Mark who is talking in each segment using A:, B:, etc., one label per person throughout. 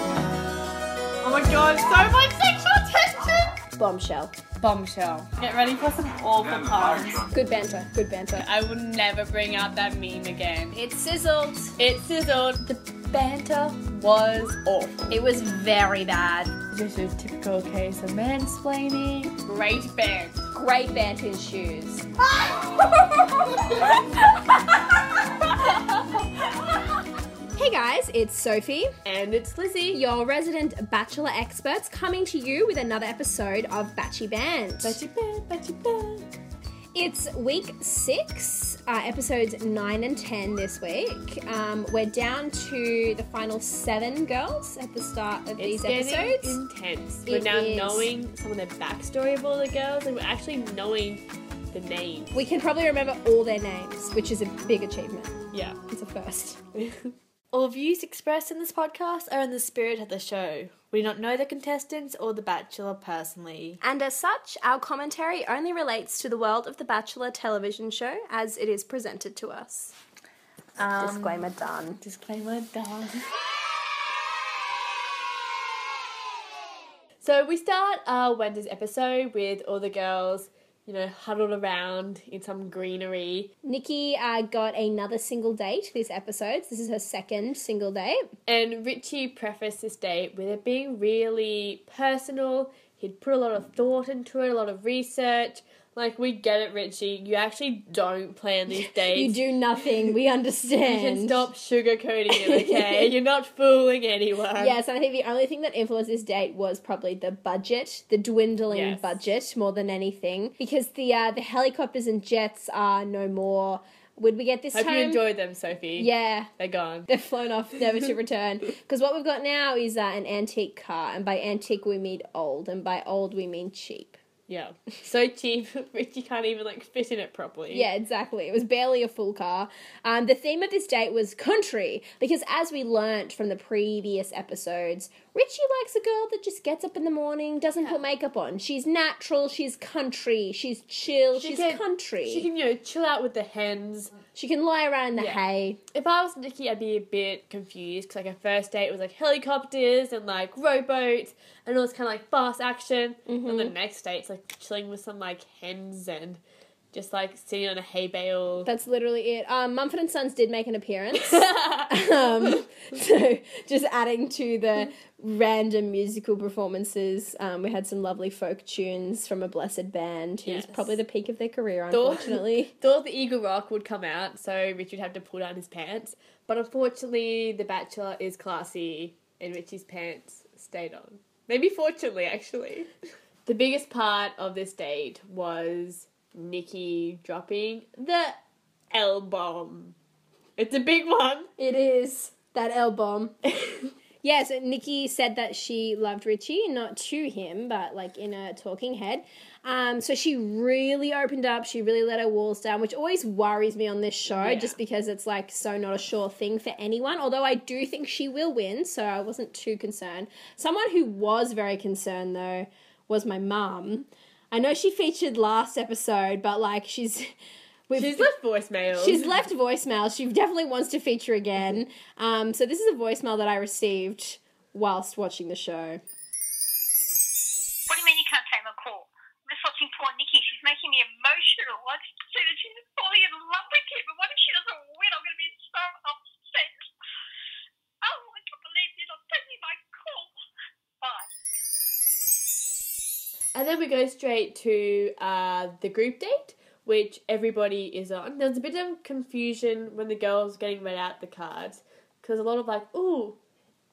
A: Oh my god, so much sexual tension!
B: Bombshell.
C: Bombshell.
A: Get ready for some awful times.
B: Good banter. Good banter.
C: I will never bring out that meme again.
D: It sizzled.
C: It sizzled.
B: The banter.
C: Was awful.
D: It was very bad.
C: Just a typical case of mansplaining. Great band.
B: Great banter in shoes. Hey guys, it's Sophie.
C: And it's Lizzie.
B: Your resident bachelor experts coming to you with another episode of Batchy Band.
C: Batchy band, batchy band.
B: It's week six, uh, episodes nine and ten this week. Um, we're down to the final seven girls at the start of these
C: It's getting
B: episodes.
C: intense.
B: It
C: we're now
B: is.
C: knowing some of the backstory of all the girls, and we're actually knowing the names.
B: we can probably remember all their names, which is a big achievement.
C: Yeah.
B: It's a first.
E: All views expressed in this podcast are in the spirit of the show. We do not know the contestants or The Bachelor personally.
B: And as such, our commentary only relates to the world of The Bachelor television show as it is presented to us. Disclaimer done.
C: Disclaimer done. So we start uh, Wendy's episode with all the girls, you know, huddled around in some greenery,
B: Nikki uh, got another single date this episode. This is her second single date.
C: and Richie prefaced this date with it being really personal. He'd put a lot of thought into it, a lot of research. Like we get it, Richie. You actually don't plan these dates.
B: You do nothing, we
C: You
B: understand.
C: can stop sugarcoating it, okay? You're not fooling anyone.
B: Yes, I think the only thing that influenced this date was probably the budget, the dwindling
C: Yes.
B: budget more than anything, because the uh, the helicopters and jets are no more. Would we get this
C: Hope
B: time?
C: you enjoyed them, Sophie.
B: yeah,
C: They're gone.
B: they're flown off, never to return. Because what we've got now is uh, an antique car, and by antique we mean old, and by old we mean cheap.
C: Yeah. So cheap, Richie can't even like fit in it properly.
B: Yeah, exactly. It was barely a full car. Um, the theme of this date was country, because as we learnt from the previous episodes, Richie likes a girl that just gets up in the morning, doesn't put makeup on. She's natural, she's country, she's chill,
C: She
B: she's
C: can-
B: country.
C: She can, you know, chill out with the hens.
B: lie around in the
C: Yeah.
B: hay.
C: If I was Nikki, I'd be a bit confused because, like, our first date was like helicopters and like rowboats and all this kind of like fast action. And the next day, it's like chilling with some like hens and just like sitting on a hay bale.
B: That's literally it. Um, Mumford and Sons did make an appearance. um, so just adding to the random musical performances, um, we had some lovely folk tunes from a blessed band who's
C: Yes.
B: probably the peak of their career,
C: Thor-
B: unfortunately.
C: Thought the Eagle Rock would come out, so Richie would have to pull down his pants. But unfortunately, the Bachelor is classy, and Richie's pants stayed on. Maybe fortunately, actually. the biggest part of this date was Nikki dropping the L bomb. It's a big one.
B: It is that L bomb. yeah, so Nikki said that she loved Richie, not to him, but like in a talking head. Um, so she really opened up. She really let her walls down, which always worries me on this show,
C: Yeah.
B: just because it's like so not a sure thing for anyone. Although I do think she will win, so I wasn't too concerned. Someone who was very concerned though was my mum. I know she featured last episode, but like she's. we've-
C: She's left voicemail.
B: She's left voicemail. She definitely wants to feature again. Um, so this is a voicemail that I received whilst watching the show.
F: What do you mean you can't take my call? I'm just watching poor Nikki. She's making me emotional. I just see that she's falling in love with him. And what if she doesn't win? I'm going to be so upset. Oh, I can't believe you're not taking my call. Bye.
C: And then we go straight to uh, the group date, which everybody is on. There was a bit of confusion when the girls were getting read out the cards, because a lot of like, "Ooh,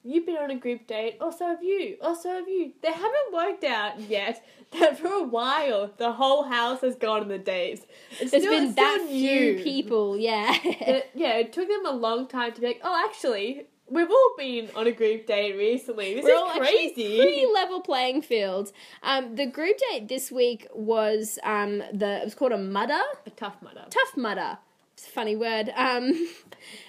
C: you've been on a group date, or so have you, or so have you." They haven't worked out yet that for a while the whole house has gone on the dates. It's
B: There's
C: still-
B: been
C: it's
B: that
C: still
B: few
C: new.
B: people, yeah.
C: And it- yeah, it took them a long time to be like, "Oh, actually." We've all been on a group date recently. This
B: We're
C: is
B: all actually
C: crazy.
B: pretty level playing field. Um, the group date this week was um, the it was called a mudder,
C: a tough mudder.
B: tough mudder. It's a funny word. Um,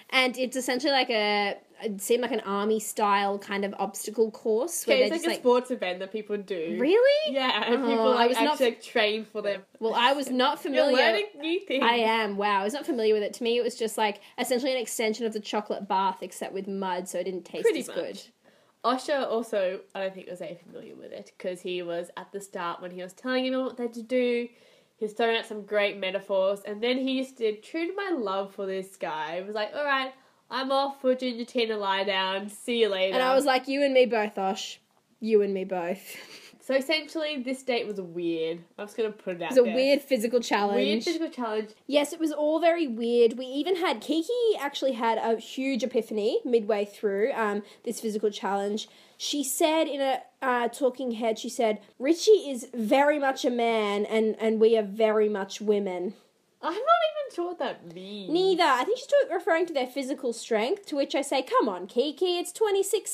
B: and it's essentially like a it seemed like an army style kind of obstacle course where
C: Okay,
B: they're
C: it's
B: just
C: like a
B: like,
C: sports event that people do.
B: really.
C: Yeah, and people
B: Oh, I
C: like
B: was
C: actually
B: not
C: like, train for them.
B: Well, I was not
C: You're
B: familiar.
C: learning new things.
B: I am. Wow, I was not familiar with it. To me, it was just like essentially an extension of the chocolate bath, except with mud, so it didn't taste
C: Pretty
B: as
C: much.
B: good.
C: Osher also, I don't think was very familiar with it because he was at the start when he was telling everyone what they had to do. He was throwing out some great metaphors, and then he just did true to my love for this guy. He was like, "All right, I'm off for Ginger Tina lie down. See you later."
B: And I was like, you and me both, Osh. You and me both.
C: so essentially, this date was weird. I'm just gonna put it out
B: It was a
C: there.
B: weird physical challenge.
C: weird physical challenge.
B: Yes, it was all very weird. We even had Kiki actually had a huge epiphany midway through um, this physical challenge. She said in a uh, talking head, she said, Richie is very much a man and, and we are very much women.
C: I'm not even sure what that means.
B: Neither. I think she's talk- referring to their physical strength, to which I say, come on, Kiki, it's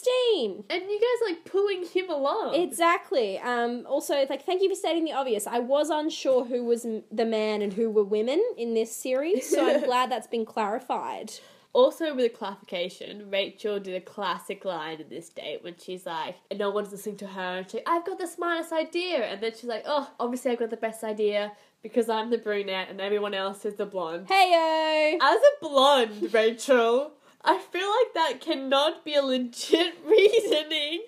B: 2016.
C: And you guys are, like pulling him along.
B: Exactly. Um, also, it's like, thank you for stating the obvious. I was unsure who was m- the man and who were women in this series, so I'm glad that's been clarified.
C: Also, with a clarification, Rachel did a classic line in this date when she's like, and no one's listening to her, and she's like, I've got the smartest idea. And then she's like, oh, obviously I've got the best idea because I'm the brunette and everyone else is the blonde.
B: Heyo!
C: As a blonde, Rachel, I feel like that cannot be a legit reasoning.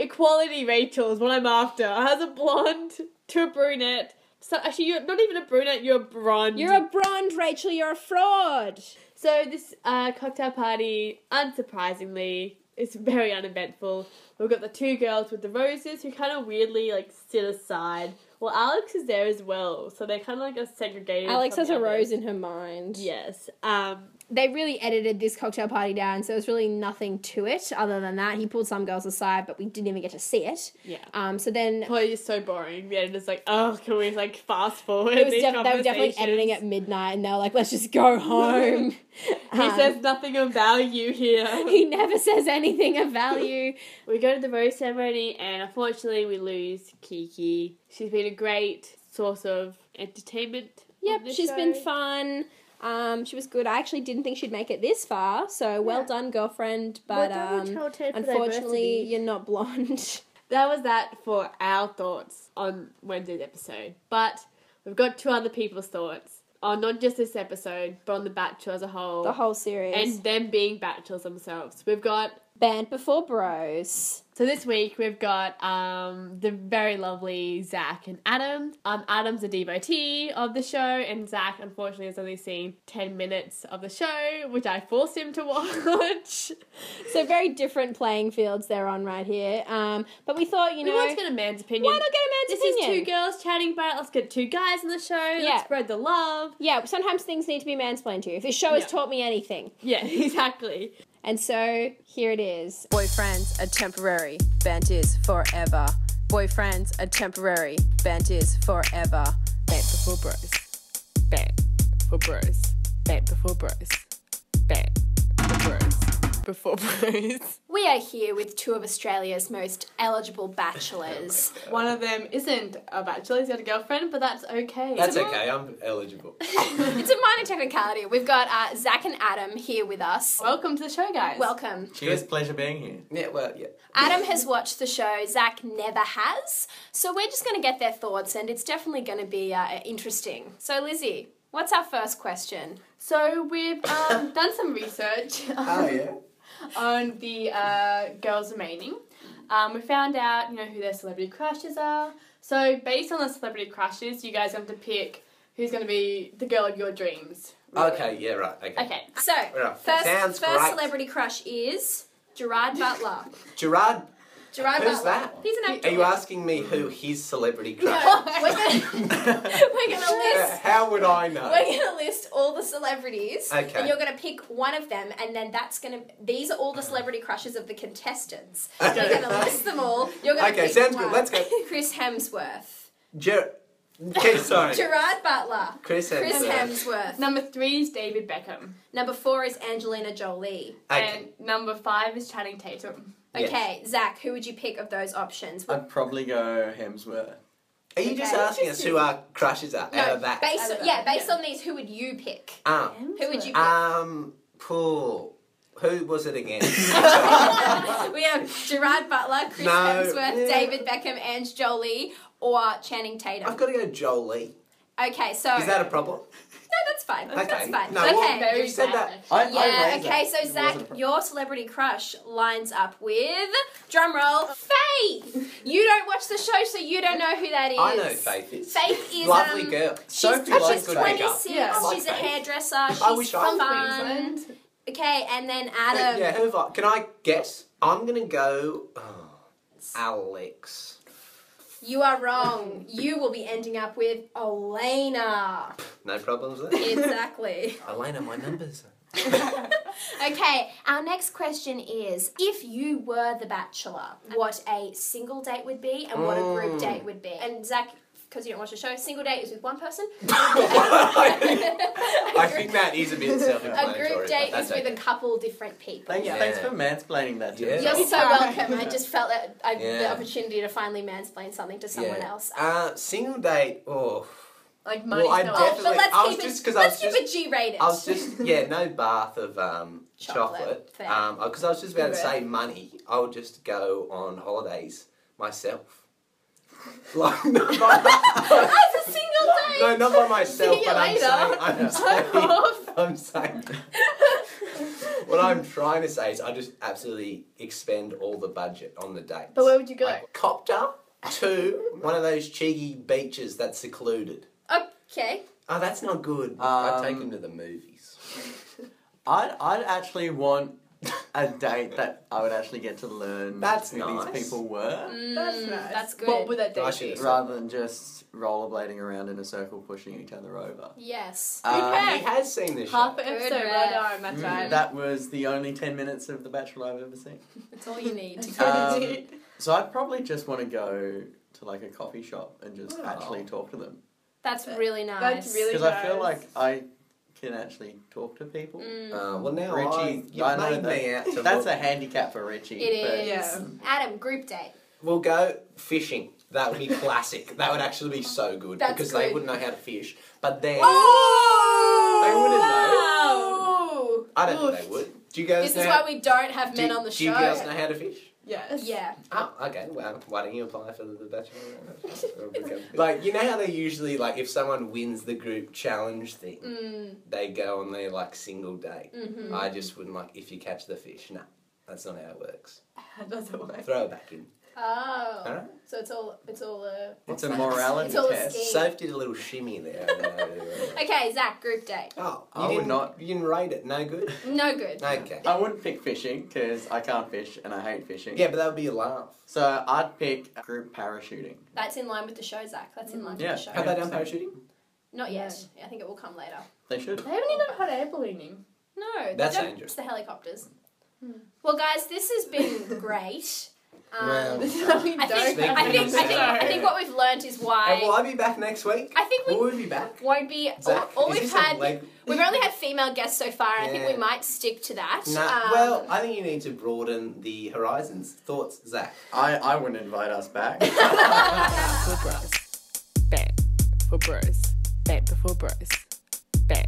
C: Equality, Rachel, is what I'm after. As a blonde to a brunette. So actually, you're not even a brunette, you're a blonde.
B: You're a blonde, Rachel. You're a fraud.
C: So this uh, cocktail party, unsurprisingly, is very uneventful. We've got the two girls with the roses who kind of weirdly like sit aside. Well, Alex is there as well, so they're kind of like a segregated.
B: Alex
C: from
B: has
C: the
B: a rose
C: others.
B: in her mind.
C: Yes. Um.
B: They really edited this cocktail party down, so there's really nothing to it other than that. He pulled some girls aside, but we didn't even get to see it.
C: Yeah.
B: Um. So then
C: Oh, it's so boring. The editor's like, oh, can we like fast forward?
B: it was
C: these
B: def- they were definitely editing at
C: conversations?"
B: midnight, and they were like, "Let's just go home." Um,
C: He says nothing of value here.
B: he never says anything of value.
C: We go to the rose ceremony, and unfortunately, we lose Kiki. She's been a great source of entertainment.
B: yep,
C: she's
B: she's been fun. Um, she was good. I actually didn't think she'd make it this far, so well
C: Yeah.
B: done, girlfriend.
C: Well
B: But
C: done,
B: um,
C: Channel 10 for
B: unfortunately,
C: diversity.
B: you're not blonde.
C: that was that for our thoughts on Wednesday's episode. But we've got two other people's thoughts on not just this episode, but on The Bachelor as a whole.
B: the whole series.
C: and them being bachelors themselves. We've got
B: Band Before Bros.
C: so this week we've got um, the very lovely Zach and Adam. Um, Adam's a devotee of the show, and Zach unfortunately has only seen ten minutes of the show, which I forced him to watch.
B: So very different playing fields they're on right here. Um, but we thought, you
C: we
B: know,
C: want to get a man's opinion.
B: why not get a man's
C: this
B: opinion?
C: is two girls chatting about it. Let's get two guys in the show.
B: Yeah.
C: Let's spread the love.
B: yeah, sometimes things need to be mansplained to you. If this show has
C: Yeah.
B: taught me anything,
C: Yeah, exactly.
B: and so here it is.
G: Boyfriends are temporary, bent is forever. Boyfriends are temporary, bent is forever. Bent before bros. Bent for bros. Bent before bros. Bent for bros. Before bros.
D: We are here with two of Australia's most eligible bachelors.
C: One of them isn't a bachelor; he's got a girlfriend, but that's okay.
H: That's okay, I'm eligible.
D: it's a minor technicality. We've got uh, Zach and Adam here with us.
C: Welcome to the show, guys.
D: Welcome.
H: Cheers, pleasure being here. Yeah, well, yeah.
D: Adam has watched the show, Zach never has. So we're just going to get their thoughts, and it's definitely going to be uh, interesting. So, Lizzie, what's our first question?
C: So we've um, done some research
H: Oh, yeah.
C: on the uh, girls remaining. Um, we found out, you know, who their celebrity crushes are. So based on the celebrity crushes, you guys have to pick who's going to be the girl of your dreams. really.
H: Okay, yeah, right. Okay.
C: Okay.
D: So,
H: Right.
D: first,
H: Sounds
D: first
H: great.
D: celebrity crush is Gerard Butler.
H: Gerard,
D: Gerard
H: who's
D: Butler.
H: that?
D: He's an actor.
H: Are you asking me who his celebrity crush?
D: No, we're gonna, we're gonna list
H: How would I know?
D: We're gonna list all the celebrities,
H: Okay.
D: and you're gonna pick one of them, and then that's gonna. These are all the celebrity crushes of the contestants. We're
H: Okay.
D: gonna list them all. You're gonna.
H: Okay,
D: pick
H: sounds good.
D: one.
H: Let's go.
D: Chris Hemsworth,
H: Ger- okay, sorry.
D: Gerard Butler,
H: Chris Hemsworth.
D: Chris Hemsworth.
C: Number three is David Beckham,
D: Number four is Angelina Jolie.
H: Okay.
C: and number five is Channing Tatum.
H: Yes.
D: Okay, Zach, who would you pick of those options?
I: I'd probably go Hemsworth.
H: Are you just asking us who our crushes are out of that?
D: based on, yeah, based on these, who would you pick?
H: Um,
D: Who would you pick?
H: um, Pool. Who was it again?
D: we have Gerard Butler, Chris
H: No.
D: Hemsworth,
H: Yeah.
D: David Beckham, Ange Jolie, or Channing Tatum.
H: I've got to go Jolie.
D: okay, so
H: Is that a problem?
D: no, that's fine. That's
H: Okay.
D: fine.
H: No,
D: okay.
H: well, you said that.
I: I,
D: yeah, okay, so Zach, your celebrity crush lines up with drumroll Faith. You don't watch the show, so you don't know who that is.
H: I know Faith is.
D: Faith is
H: Lovely
D: um,
H: girl.
I: Sophie
H: she's-
I: likes
H: she's
D: She's
I: good
H: makeup.
I: makeup.
D: 26.
C: Yeah.
H: I like
D: She's a
H: Faith.
D: hairdresser. She's
H: wish I was
D: fun. Okay, and then
H: Yeah,
D: Adam.
H: yeah, who have I- Can I guess? I'm gonna go oh, Alex.
D: You are wrong. You will be ending up with Elena.
H: No problems there.
D: Exactly.
H: Elena, my numbers.
D: okay, our next question is if you were the bachelor, what a single date would be and what a group
H: Mm.
D: date would be. And Zach, because you don't watch the show, single date is with one person.
H: I think that is a bit
D: A
H: self-explanatory.
D: group
H: but
D: date
H: that's
D: is with a couple different people.
I: Thanks,
H: Yeah.
I: thanks for mansplaining that to
H: Yeah.
I: me.
D: You're so welcome. I just felt that I the
H: Yeah.
D: opportunity to finally mansplain something to someone
H: Yeah.
D: else. Oh,
H: Uh, single date. Oh,
A: Like money's
H: well, I
A: not.
D: Oh,
H: definitely.
D: but let's
H: I was
D: keep
H: just
D: it.
H: because I
D: Let's
H: was
D: keep
H: just.
D: it G-rated.
H: I was just yeah, no bath of um,
D: Chocolate,
H: chocolate.
D: fair.
H: Um, because I was just about to
A: Fair.
H: say money. I would just go on holidays myself. Like no,
D: That's
H: by-
D: a single date.
H: no, not by myself.
D: See you
H: but
D: later.
H: I'm saying, I'm saying, I'm saying. what I'm trying to say is, I just absolutely expend all the budget on the dates.
C: But where would you go?
H: Like, copter to one of those cheeky beaches that's secluded.
D: Okay.
H: Oh, that's not
I: Um,
H: good. I'd take him to the movies.
I: I'd, I'd actually want a date that I would actually get to learn
H: That's
I: who
H: nice.
I: these people were,
C: Mm, That's nice.
D: Mm, That's good.
C: What would that
H: I
C: date
H: should
C: be?
H: have said
I: rather than just rollerblading around in a circle pushing each other over.
D: yes.
I: Um,
H: He has seen this
C: Half
H: show.
C: an episode,
D: Good
C: well
D: ref.
C: done,
H: Mm.
C: that's right.
I: Mm, that was the only 10 minutes of The Bachelor I've ever seen.
D: That's all you need.
I: Um, so I'd probably just want to go to like a coffee shop and just
H: Oh.
I: actually talk to them.
D: That's really nice.
C: That's really
I: Because I feel
C: nice.
I: like I can actually talk to people.
H: Uh, well, now
I: Richie,
H: I, you
I: I know
H: made me
I: that.
H: out to
I: That's
H: look.
I: a handicap for Richie.
D: It
I: but-
D: is.
C: Yeah.
D: Adam, group date.
H: We'll go fishing. That would be classic. that would actually be so good
D: That's
H: because
D: good.
H: they wouldn't know how to fish. But then
C: Oh,
H: they
D: Oh!
H: wouldn't know.
D: Wow.
H: I don't think they would. Do you guys
D: This
H: know?
D: is why we don't have
H: do,
D: men on the
H: Do you guys know
D: show.
H: how to fish?
C: Yes.
D: Yeah.
H: Oh, okay. Well, why don't you apply for the bachelor? like, you know how they usually like if someone wins the group challenge thing,
D: Mm.
H: they go on their like single date.
D: Mhm.
H: I just wouldn't like if you catch the fish. No, that's not how it works.
C: That's all right.
H: Throw it back in.
D: Oh.
H: All right.
D: So it's all it's all uh,
I: It's a morality
D: It's all a
I: test.
D: scheme.
H: Soph did a little shimmy there. I don't know.
D: Okay, Zach, group date.
H: Oh, you
I: I would
H: didn't-
I: not-
H: You didn't rate it. No good.
D: No good.
H: Okay.
I: I wouldn't pick fishing because I can't fish and I hate fishing.
H: Yeah, but that would be a laugh.
I: So I'd pick group parachuting.
D: That's in line with the show, Zach. That's
C: Mm.
D: in line
I: Yeah.
D: with the show.
H: Have they done parachuting?
D: Not yet. I think it will come later.
I: They should.
C: They haven't even hot air ballooning.
D: No, they
H: That's
D: don't-
H: dangerous.
D: It's the helicopters.
C: Hmm.
D: Well, guys, this has been great. Um,
H: Well,
D: I think, I, think, I, think, I think what we've learnt is
H: And will
D: why
H: I be back next week?
D: I think we
H: Will we be back?
D: won't be all,
H: Zach,
D: all
H: is
D: we've
H: this a
D: had.
H: leg-
D: We've only had female guests so far, and I think
H: Yeah.
D: we might stick to that.
H: No,
D: Um,
H: well, I think you need to broaden the horizons. Thoughts, Zach?
I: I, I wouldn't invite us back.
G: for bros. Bang for bros. Bang before bros. Bang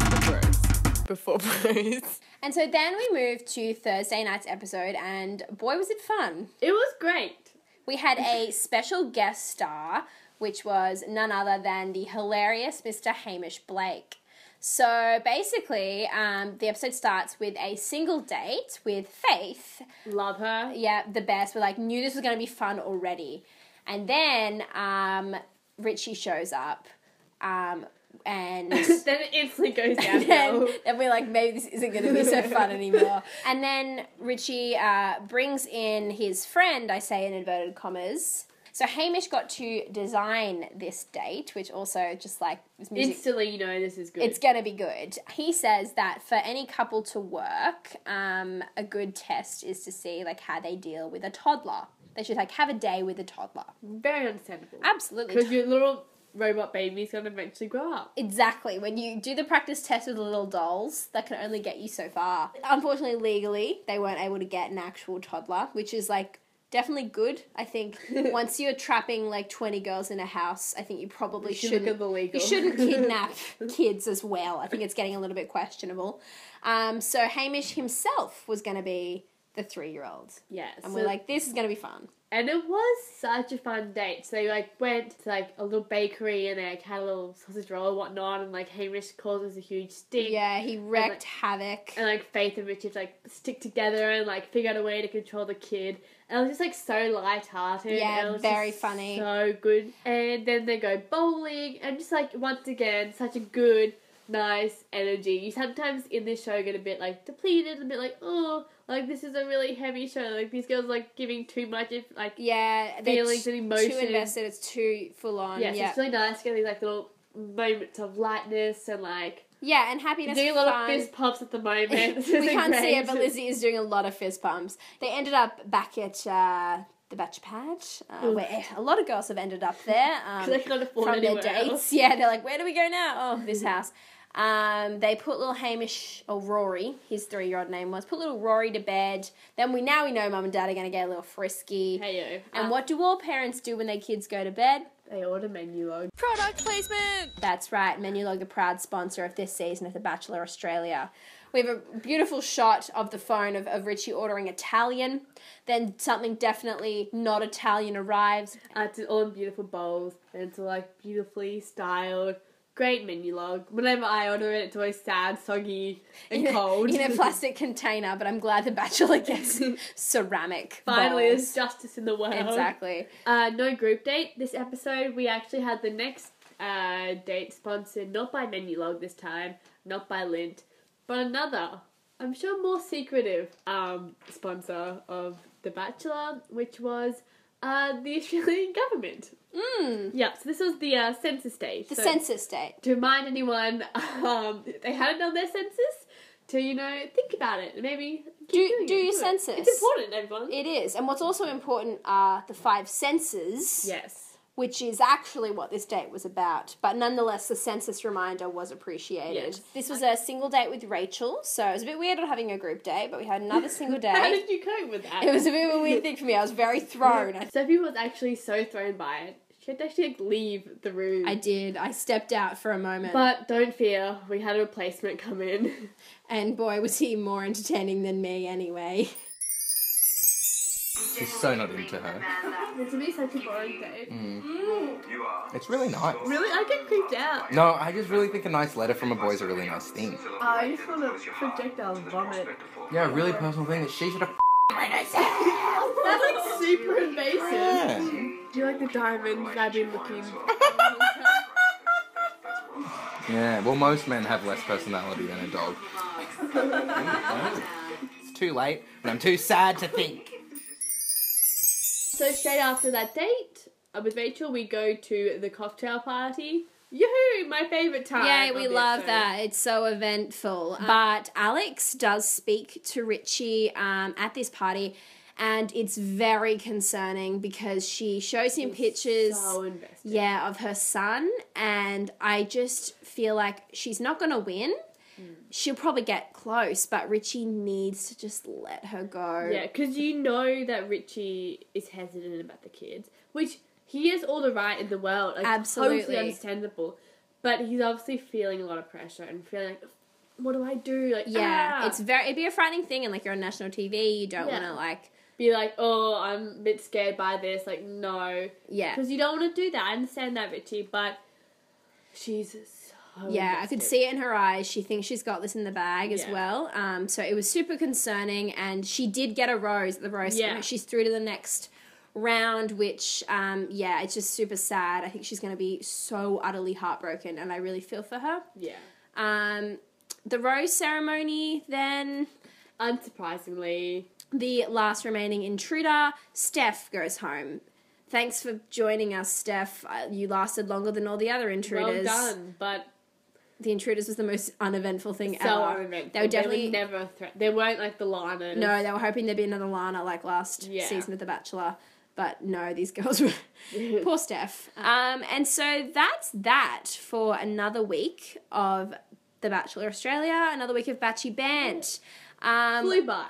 G: for bros. Before bros.
B: And so then we moved to Thursday night's episode, and boy, was it fun.
C: It was great.
B: We had a special guest star, which was none other than the hilarious Mr. Hamish Blake. So basically, um, the episode starts with a single date with Faith,
C: Love her.
B: yeah, the best. We're like, knew this was going to be fun already. And then um, Richie shows up. Um, and.
C: then it instantly goes
B: And
C: downhill.
B: then, then we're like, maybe this isn't going to be so fun anymore. And then Richie uh, brings in his friend, I say in inverted commas. So Hamish got to design this date, which also just like was music
C: instantly, you know this is good.
B: it's going to be good. He says that for any couple to work, um, a good test is to see like how they deal with a toddler. They should like have a day with a toddler.
C: very understandable. Because
B: Absolutely.
C: your little robot baby's gonna eventually grow up.
B: Exactly. When you do the practice test with the little dolls, that can only get you so far. Unfortunately, legally, they weren't able to get an actual toddler, which is like definitely good. I think once you're trapping like 20 girls in a house, I think you probably
E: should
B: shouldn't
E: look at the legal.
B: you shouldn't kidnap kids as well. I think it's getting a little bit questionable. Um, so Hamish himself was going to be the three-year-old,
E: Yes.
B: and we're like, this is going to be fun.
E: And it was such a fun date. So they like went to like a little bakery and they like had a little sausage roll and whatnot and like Hamish causes a huge stink.
B: Yeah, he wrecked havoc.
E: And like Faith and Richard like stick together and like figure out a way to control the kid. And it was just like so light hearted.
B: Yeah,
E: and it was
B: very
E: just
B: funny.
E: So good. And then they go bowling and just like once again, such a good, nice energy. You sometimes in this show get a bit like depleted, a bit like, oh, like this is a really heavy show. Like these girls like giving too much if like
B: Yeah, they're
E: feelings
B: t-
E: and emotions.
B: Too invested. It's too full on.
E: Yes,
B: yeah,
E: it's really nice to get these like little moments of lightness and like
B: yeah, and happiness.
E: doing
B: is
E: a lot
B: fun.
E: of fist pumps at the moment.
B: we can't see it, but Lizzie is doing a lot of fist pumps. They ended up back at uh, the Batch Pad, uh,
E: Ooh.
B: where a lot of girls have ended up there um,
E: Because I can't afford
B: from their
E: anywhere
B: dates.
E: else. Mm-hmm.
B: Yeah, they're like, where do we go now? Oh, this house. Um, they put little Hamish or Rory, his three-year-old name was, put little Rory to bed. Then we now we know Mum and Dad are going to get a little frisky.
E: Hey uh. yo.
B: And what do all parents do when their kids go to bed?
E: they order menu log.
J: Product placement.
B: That's right, Menulog, the proud sponsor of this season of The Bachelor Australia. We have a beautiful shot of the phone of, of Richie ordering Italian. Then something definitely not Italian arrives.
E: Uh, it's all in beautiful bowls and it's all like beautifully styled. Great menu log. Whenever I order it, it's always sad, soggy, and
B: in
E: cold.
B: A, in a plastic container, but I'm glad The Bachelor gets ceramic.
E: Finally,
B: bowls.
E: there's justice in the world.
B: Exactly.
E: Uh, no group date this episode. We actually had the next uh, date sponsored not by Menulog this time, not by Lint, but another. I'm sure more secretive um, sponsor of The Bachelor, which was uh, the Australian government. Mm. Yeah, so this was the uh, census stage.
B: Hmm. The
E: So-
B: census date.
E: to remind anyone, um, they hadn't done their census to you know think about it and maybe keep
B: Do-
E: doing
B: do
E: it,
B: your
E: it.
B: census.
E: It's important, everyone.
B: It is. And what's also important are the five senses,
E: yes,
B: which is actually what this date was about. But nonetheless, the census reminder was appreciated.
E: Yes.
B: This was a single date with Rachel, so it was a bit weird not having a group date, but we had another single
E: How
B: date.
E: did you cope with that?
B: It was a bit of a weird thing for me. I was very thrown. I-
E: Sophie was actually so thrown by it. She had to actually like, leave the room.
B: I did. I stepped out for a moment,
E: But don't fear, we had a replacement come in.
B: and boy, was he more entertaining than me. Anyway,
H: She's so not into her.
E: this would be such a boring date. Mm.
H: It's really nice.
E: Really, I get creeped out.
H: No, I just really think a nice letter from a boy is a really nice thing.
E: I just want to projectile vomit.
H: Yeah, a really personal thing that she should have.
E: That's like super invasive.
H: Yeah.
E: Do you like the diamonds I've been looking?
H: Yeah, well, most men have less personality than a dog. it's too late, but I'm too sad to think.
E: So straight after that date uh, with Rachel, we go to the cocktail party. Yoo-hoo, my favorite time.
B: yeah,
E: of
B: we
E: the
B: love
E: episode.
B: that. It's so eventful. but Alex does speak to Richie um, at this party. And it's very concerning because she shows him pictures.
E: So invested.
B: yeah, of her son, and I just feel like she's not gonna win.
E: Hmm.
B: She'll probably get close, but Richie needs to just let her go.
E: Yeah, because you know that Richie is hesitant about the kids, which he has all the right in the world. Like,
B: Absolutely.
E: totally understandable. But he's obviously feeling a lot of pressure and feeling like, what do I do? Like,
B: Yeah,
E: ah.
B: it's very it'd be a frightening thing, and like you're on national TV, you don't
E: Yeah.
B: want to like
E: be like, oh, I'm a bit scared by this. Like, no,
B: yeah.
E: because you don't want to do that. I understand that, Richie, but she's so
B: Yeah, I could
E: invested.
B: see it in her eyes. She thinks she's got this in the bag as
E: Oh, Yeah.
B: well. Um, so it was super concerning, and she did get a rose at the rose.
E: Yeah.
B: ceremony. she's through to the next round, which um, yeah, it's just super sad. I think she's going to be so utterly heartbroken, and I really feel for her.
E: Yeah.
B: Um, the rose ceremony, then
E: Unsurprisingly,
B: the last remaining intruder, Steph, goes home. Thanks for joining us, Steph. Uh, You lasted longer than all the other intruders.
E: well done, but
B: The intruders was the most uneventful thing
E: so
B: ever.
E: uneventful.
B: They were definitely
E: never a threat. They weren't like the liners.
B: no. They were hoping there'd be another Lana like last
E: Yeah.
B: season of The Bachelor, but no, these girls were poor Steph. Um, and so that's that for another week of The Bachelor Australia, another week of Batchy Bant. Um,
E: flew by.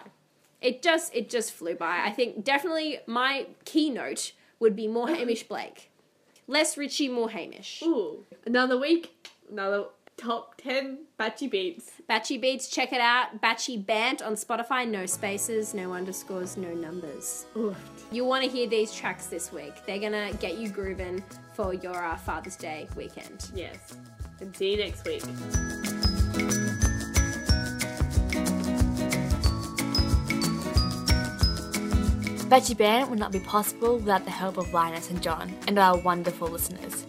B: It just it just flew by. I think definitely my keynote would be more Hamish Blake, less Richie, more Hamish.
C: Ooh, another week, another top ten batchy beats.
B: Batchy Beats, check it out. Batchy Bant on Spotify. No spaces, no underscores, no numbers.
C: Ooh,
B: You'll want to hear these tracks this week. They're gonna get you grooving for your uh, Father's Day weekend.
C: yes. And see you next week.
E: Veggie Band would not be possible without the help of Linus and John and our wonderful listeners.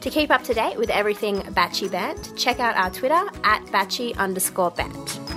G: To keep up to date with everything Batchy Band, check out our Twitter at Batchy underscore Band.